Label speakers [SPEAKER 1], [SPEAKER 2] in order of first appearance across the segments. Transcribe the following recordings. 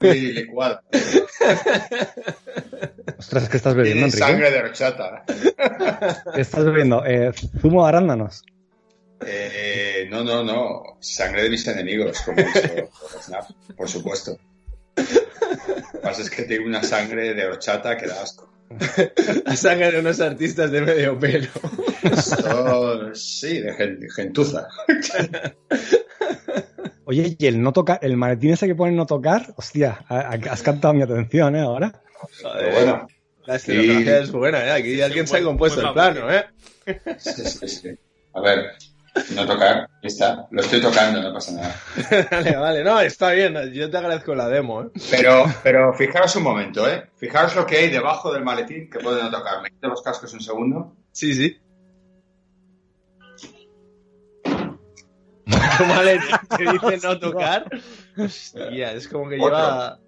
[SPEAKER 1] Sí, licuada.
[SPEAKER 2] Ostras, ¿qué estás
[SPEAKER 1] Tiene
[SPEAKER 2] bebiendo, Enrique?
[SPEAKER 1] sangre de horchata.
[SPEAKER 2] ¿Qué estás bebiendo? Eh, zumo de arándanos.
[SPEAKER 1] Eh, no, no, no. Sangre de mis enemigos, como hizo Snap, por supuesto. Lo que pasa es que tiene una sangre de horchata que da asco.
[SPEAKER 3] La sangre de unos artistas de medio pelo.
[SPEAKER 1] Esto, sí, de gen- de gentuza.
[SPEAKER 2] Oye, y el no tocar, el maletín ese que pone no tocar, hostia, ha- ha- has captado mi atención, ¿eh? Ahora.
[SPEAKER 1] Pero bueno,
[SPEAKER 3] La escenografía es buena, ¿eh? Aquí alguien se ha compuesto el plano, ¿eh?
[SPEAKER 1] sí, sí, sí. A ver, no tocar, ya está. Lo estoy tocando, no pasa nada.
[SPEAKER 3] Vale, vale. No, está bien. Yo te agradezco la demo, ¿eh?
[SPEAKER 1] Pero, pero fijaros un momento, ¿eh? Fijaros lo que hay debajo del maletín que puede no tocar. Me quito los cascos un segundo.
[SPEAKER 3] Sí, sí. Vale, te dice no tocar. Hostia, es como que lleva,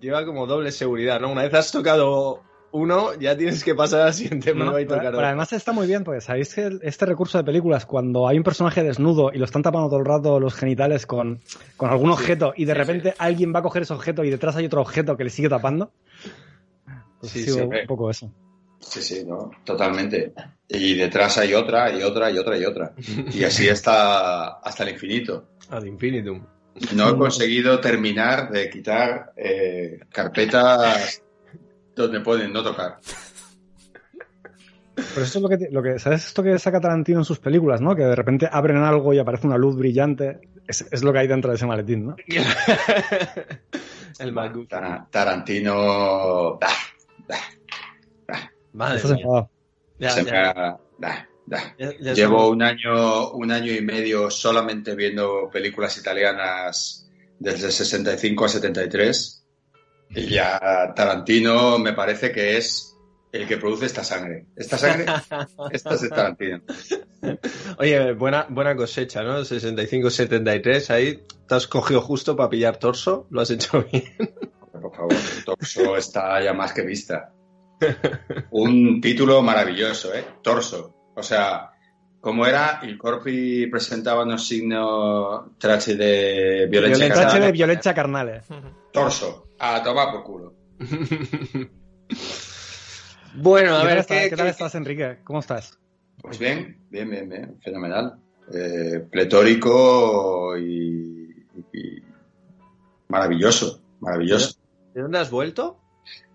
[SPEAKER 3] lleva como doble seguridad, ¿no? Una vez has tocado uno, ya tienes que pasar al siguiente
[SPEAKER 2] No,
[SPEAKER 3] prueba y
[SPEAKER 2] pero,
[SPEAKER 3] tocar
[SPEAKER 2] pero
[SPEAKER 3] otro.
[SPEAKER 2] además está muy bien, porque sabéis que el- este recurso de películas, cuando hay un personaje desnudo y lo están tapando todo el rato los genitales con, con algún objeto y de repente alguien va a coger ese objeto y detrás hay otro objeto que le sigue tapando. Pues
[SPEAKER 3] Sí,
[SPEAKER 2] ha sido
[SPEAKER 3] sí,
[SPEAKER 1] hombre.
[SPEAKER 2] un poco eso.
[SPEAKER 1] Sí, sí, no, totalmente. Y detrás hay otra, y otra, y otra, y otra. Y así hasta, hasta el infinito.
[SPEAKER 3] Ad infinitum.
[SPEAKER 1] No he conseguido terminar de quitar eh, carpetas donde pueden no tocar.
[SPEAKER 2] Pero eso es lo que, te- lo que. ¿Sabes esto que saca Tarantino en sus películas, no? Que de repente abren algo y aparece una luz brillante. Es, es lo que hay dentro de ese maletín, ¿no?
[SPEAKER 3] El MacGuffin.
[SPEAKER 1] Tara- Tarantino. da,
[SPEAKER 3] Madre
[SPEAKER 2] Estás
[SPEAKER 3] mía.
[SPEAKER 2] enfadado.
[SPEAKER 3] Ya,
[SPEAKER 1] se
[SPEAKER 3] ya,
[SPEAKER 1] me ha- da, da.
[SPEAKER 3] ya- ya
[SPEAKER 1] Llevo
[SPEAKER 3] estamos-
[SPEAKER 1] un año, un año y medio solamente viendo películas italianas desde 65 a 73. Y ya Tarantino me parece que es el que produce esta sangre. Esta sangre, esta es de Tarantino.
[SPEAKER 3] Oye, buena, buena cosecha, ¿no? 65-73, ahí te has cogido justo para pillar torso, lo has hecho bien.
[SPEAKER 1] Por favor, Torso está ya más que vista. Un título maravilloso, ¿eh? Torso. O sea, como era, il Corpi presentaba unos signos traci de violencia.
[SPEAKER 2] Violencia
[SPEAKER 1] carnal.
[SPEAKER 2] de Violencia eh. Carnales.
[SPEAKER 1] Torso. A tomar por culo.
[SPEAKER 3] Bueno, a
[SPEAKER 2] ¿Qué, tal
[SPEAKER 3] ver,
[SPEAKER 2] estás-
[SPEAKER 3] ¿qué,
[SPEAKER 2] qué tal estás, Enrique? ¿Cómo estás?
[SPEAKER 1] Pues bien, bien, bien, bien. Fenomenal. Eh, pletórico y, y maravilloso. Maravilloso.
[SPEAKER 3] ¿De dónde has vuelto?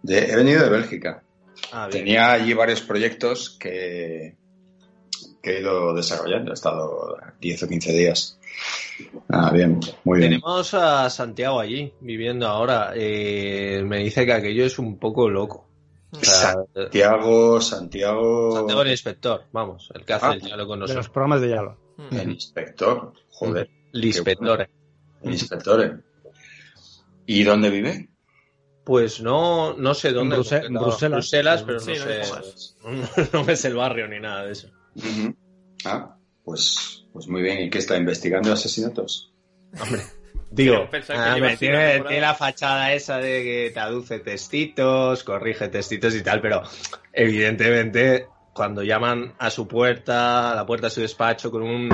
[SPEAKER 1] De- he venido de Bélgica.
[SPEAKER 3] Ah, bien.
[SPEAKER 1] Tenía allí varios proyectos que, que he ido desarrollando. He estado 10 o 15 días. Ah, bien, muy bien.
[SPEAKER 3] Tenemos a Santiago allí, viviendo ahora. Eh, me dice que aquello es un poco loco. O sea,
[SPEAKER 1] Santiago, Santiago,
[SPEAKER 3] Santiago el inspector, vamos, el que hace
[SPEAKER 1] Ah.
[SPEAKER 3] el diálogo con
[SPEAKER 2] De los
[SPEAKER 3] nosotros.
[SPEAKER 2] programas de Yalo.
[SPEAKER 1] el inspector. Joder,
[SPEAKER 3] El inspector.
[SPEAKER 1] el inspector. eh. ¿Y dónde vive?
[SPEAKER 3] Pues no, no sé dónde.
[SPEAKER 2] En Bruse-
[SPEAKER 3] concretamente.
[SPEAKER 2] en Bruselas.
[SPEAKER 3] pero
[SPEAKER 4] Sí,
[SPEAKER 3] no,
[SPEAKER 4] no
[SPEAKER 3] sé. No me sé el barrio ni nada de eso.
[SPEAKER 1] Ujú. Ah, pues, pues muy bien. ¿Y qué está investigando asesinatos?
[SPEAKER 3] Digo,
[SPEAKER 4] Quiero pensar que
[SPEAKER 3] ah,
[SPEAKER 4] lleva
[SPEAKER 3] me
[SPEAKER 4] encima
[SPEAKER 3] tiene,
[SPEAKER 4] temporada.
[SPEAKER 3] tiene la fachada esa de que traduce textitos, corrige textitos y tal, pero evidentemente cuando llaman a su puerta, a la puerta de su despacho con un...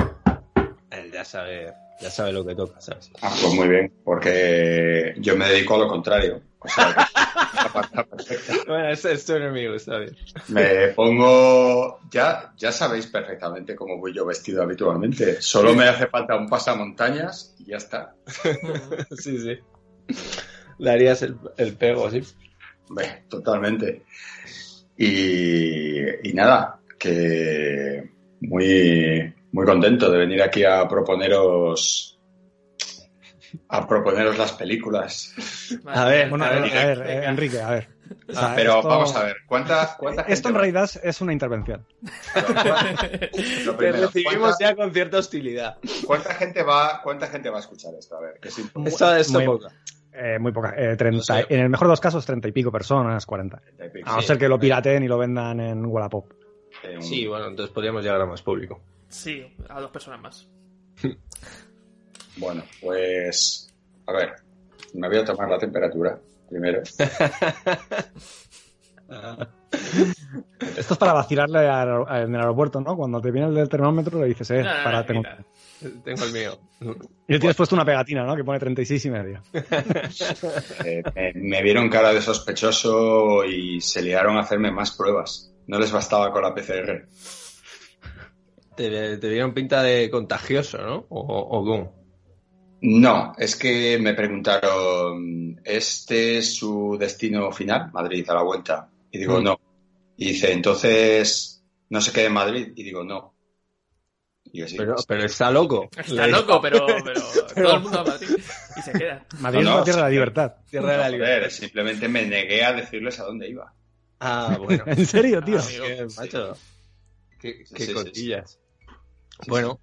[SPEAKER 3] Él ya sabe, ya sabe lo que toca, ¿sabes?
[SPEAKER 1] Ah, pues muy bien, porque yo me dedico a lo contrario. O sea, la parte perfecta.
[SPEAKER 3] Bueno, es, es tu enemigo, está bien.
[SPEAKER 1] Me pongo. Ya, ya sabéis perfectamente cómo voy yo vestido habitualmente. Solo me hace falta un pasamontañas y ya está.
[SPEAKER 3] Sí, sí. Le harías el, el pego, sí.
[SPEAKER 1] Ve, totalmente. Y, y nada, que muy, muy contento de venir aquí a proponeros. A proponeros las películas.
[SPEAKER 3] A ver,
[SPEAKER 2] Bueno,
[SPEAKER 3] a
[SPEAKER 2] a ver,
[SPEAKER 3] ver,
[SPEAKER 2] a ver, eh, Enrique, a ver. O sea,
[SPEAKER 1] Ah, Pero
[SPEAKER 2] Ah, esto- eh,
[SPEAKER 1] vamos a ver, ¿cuánta, cuánta gente
[SPEAKER 2] Esto en
[SPEAKER 1] va?
[SPEAKER 2] realidad es- es una intervención.
[SPEAKER 1] Lo
[SPEAKER 3] Te
[SPEAKER 1] primero,
[SPEAKER 3] recibimos
[SPEAKER 1] ¿cuánta,
[SPEAKER 3] ya con cierta hostilidad.
[SPEAKER 1] cuánta gente va, ¿Cuánta gente va a escuchar esto? A ver, que es importante.
[SPEAKER 3] Esto, esto
[SPEAKER 2] muy-
[SPEAKER 3] poco.
[SPEAKER 2] Eh, muy poca. eh, 30
[SPEAKER 1] No sé.
[SPEAKER 2] En el mejor de los casos, treinta y pico personas, 40. A no
[SPEAKER 3] Sí.
[SPEAKER 2] ser que lo pirateen y lo vendan en Wallapop.
[SPEAKER 1] Eh, un-
[SPEAKER 3] Sí, bueno, entonces podríamos llegar a más público.
[SPEAKER 4] Sí, a dos personas más.
[SPEAKER 1] Bueno, pues a ver, me voy a tomar la temperatura primero.
[SPEAKER 2] Esto es para vacilarle al- al- en el aeropuerto, ¿no? Cuando te viene el del termómetro le dices, eh,
[SPEAKER 4] No, no, no,
[SPEAKER 2] para, tengo-
[SPEAKER 4] quita.
[SPEAKER 3] Tengo el mío.
[SPEAKER 2] Y le tienes puesto una pegatina, ¿no? Que pone 36 y medio.
[SPEAKER 1] Eh, me, me vieron cara de sospechoso y se liaron a hacerme más pruebas. No les bastaba con la PCR.
[SPEAKER 3] Te, te dieron pinta de contagioso, ¿no? O, o cómo.
[SPEAKER 1] No, es que me preguntaron, ¿este es su destino final? Madrid a la vuelta. Y digo,
[SPEAKER 3] Mm.
[SPEAKER 1] no. Y dice, entonces, ¿no se queda en Madrid? Y digo, no. Y yo, sí.
[SPEAKER 3] Pero, pero está loco.
[SPEAKER 4] Está loco, pero, pero todo el mundo va a Madrid y se queda.
[SPEAKER 2] Madrid
[SPEAKER 1] No,
[SPEAKER 2] es
[SPEAKER 1] no,
[SPEAKER 2] una tierra
[SPEAKER 1] sí.
[SPEAKER 2] de la libertad.
[SPEAKER 3] Tierra de la
[SPEAKER 1] Joder,
[SPEAKER 3] libertad.
[SPEAKER 1] simplemente me negué a decirles a dónde iba.
[SPEAKER 3] Ah, bueno.
[SPEAKER 2] ¿En serio, tío?
[SPEAKER 4] Ah, amigo.
[SPEAKER 3] Qué macho. Qué, qué
[SPEAKER 1] Sí, sí,
[SPEAKER 3] cotillas. Bueno.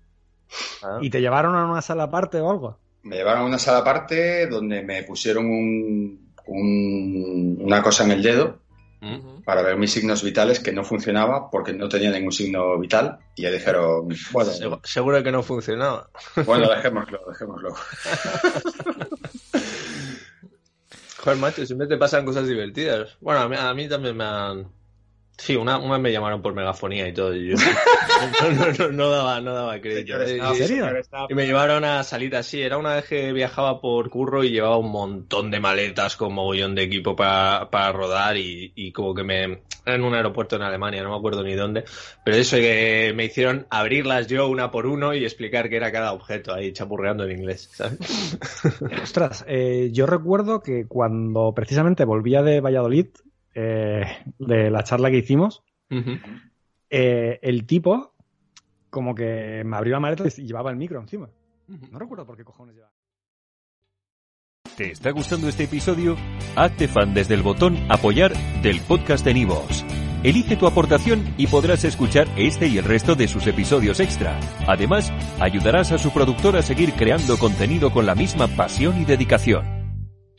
[SPEAKER 3] Ah,
[SPEAKER 2] ¿Y te llevaron a una sala aparte o algo?
[SPEAKER 1] Me llevaron a una sala aparte donde me pusieron un- un- una cosa en el dedo
[SPEAKER 3] mm,
[SPEAKER 1] para ver mis signos vitales que no funcionaba porque no tenía ningún signo vital y ya dijeron, bueno,
[SPEAKER 3] segu- Seguro que no funcionaba.
[SPEAKER 1] bueno, dejémoslo, dejémoslo.
[SPEAKER 3] Joder, macho, siempre te pasan cosas divertidas. Bueno, a mí, a mí también me han. Sí, una, una me llamaron por megafonía y todo. y yo- No, no, no, no daba, no daba crédito.
[SPEAKER 1] Señores,
[SPEAKER 3] Eh,
[SPEAKER 1] no,
[SPEAKER 3] y-
[SPEAKER 2] serio?
[SPEAKER 1] señores, no.
[SPEAKER 3] Y me llevaron a salir así. Era una vez que viajaba por curro y llevaba un montón de maletas con mogollón de equipo para, para rodar y, y como que me... Era en un aeropuerto en Alemania, no me acuerdo ni dónde. Pero eso que me hicieron abrirlas yo una por uno y explicar qué era cada objeto ahí chapurreando en inglés, ¿sabes?
[SPEAKER 2] Ostras, eh, yo recuerdo que cuando precisamente volvía de Valladolid, eh, de la charla que hicimos,
[SPEAKER 3] Ujú.
[SPEAKER 2] eh, el tipo como que me abrió la maleta y llevaba el micro encima. No recuerdo por qué cojones llevaba.
[SPEAKER 5] ¿Te está gustando este episodio? Hazte fan desde el botón Apoyar del podcast de Nivos. Elige tu aportación y podrás escuchar este y el resto de sus episodios extra. Además, ayudarás a su productor a seguir creando contenido con la misma pasión y dedicación.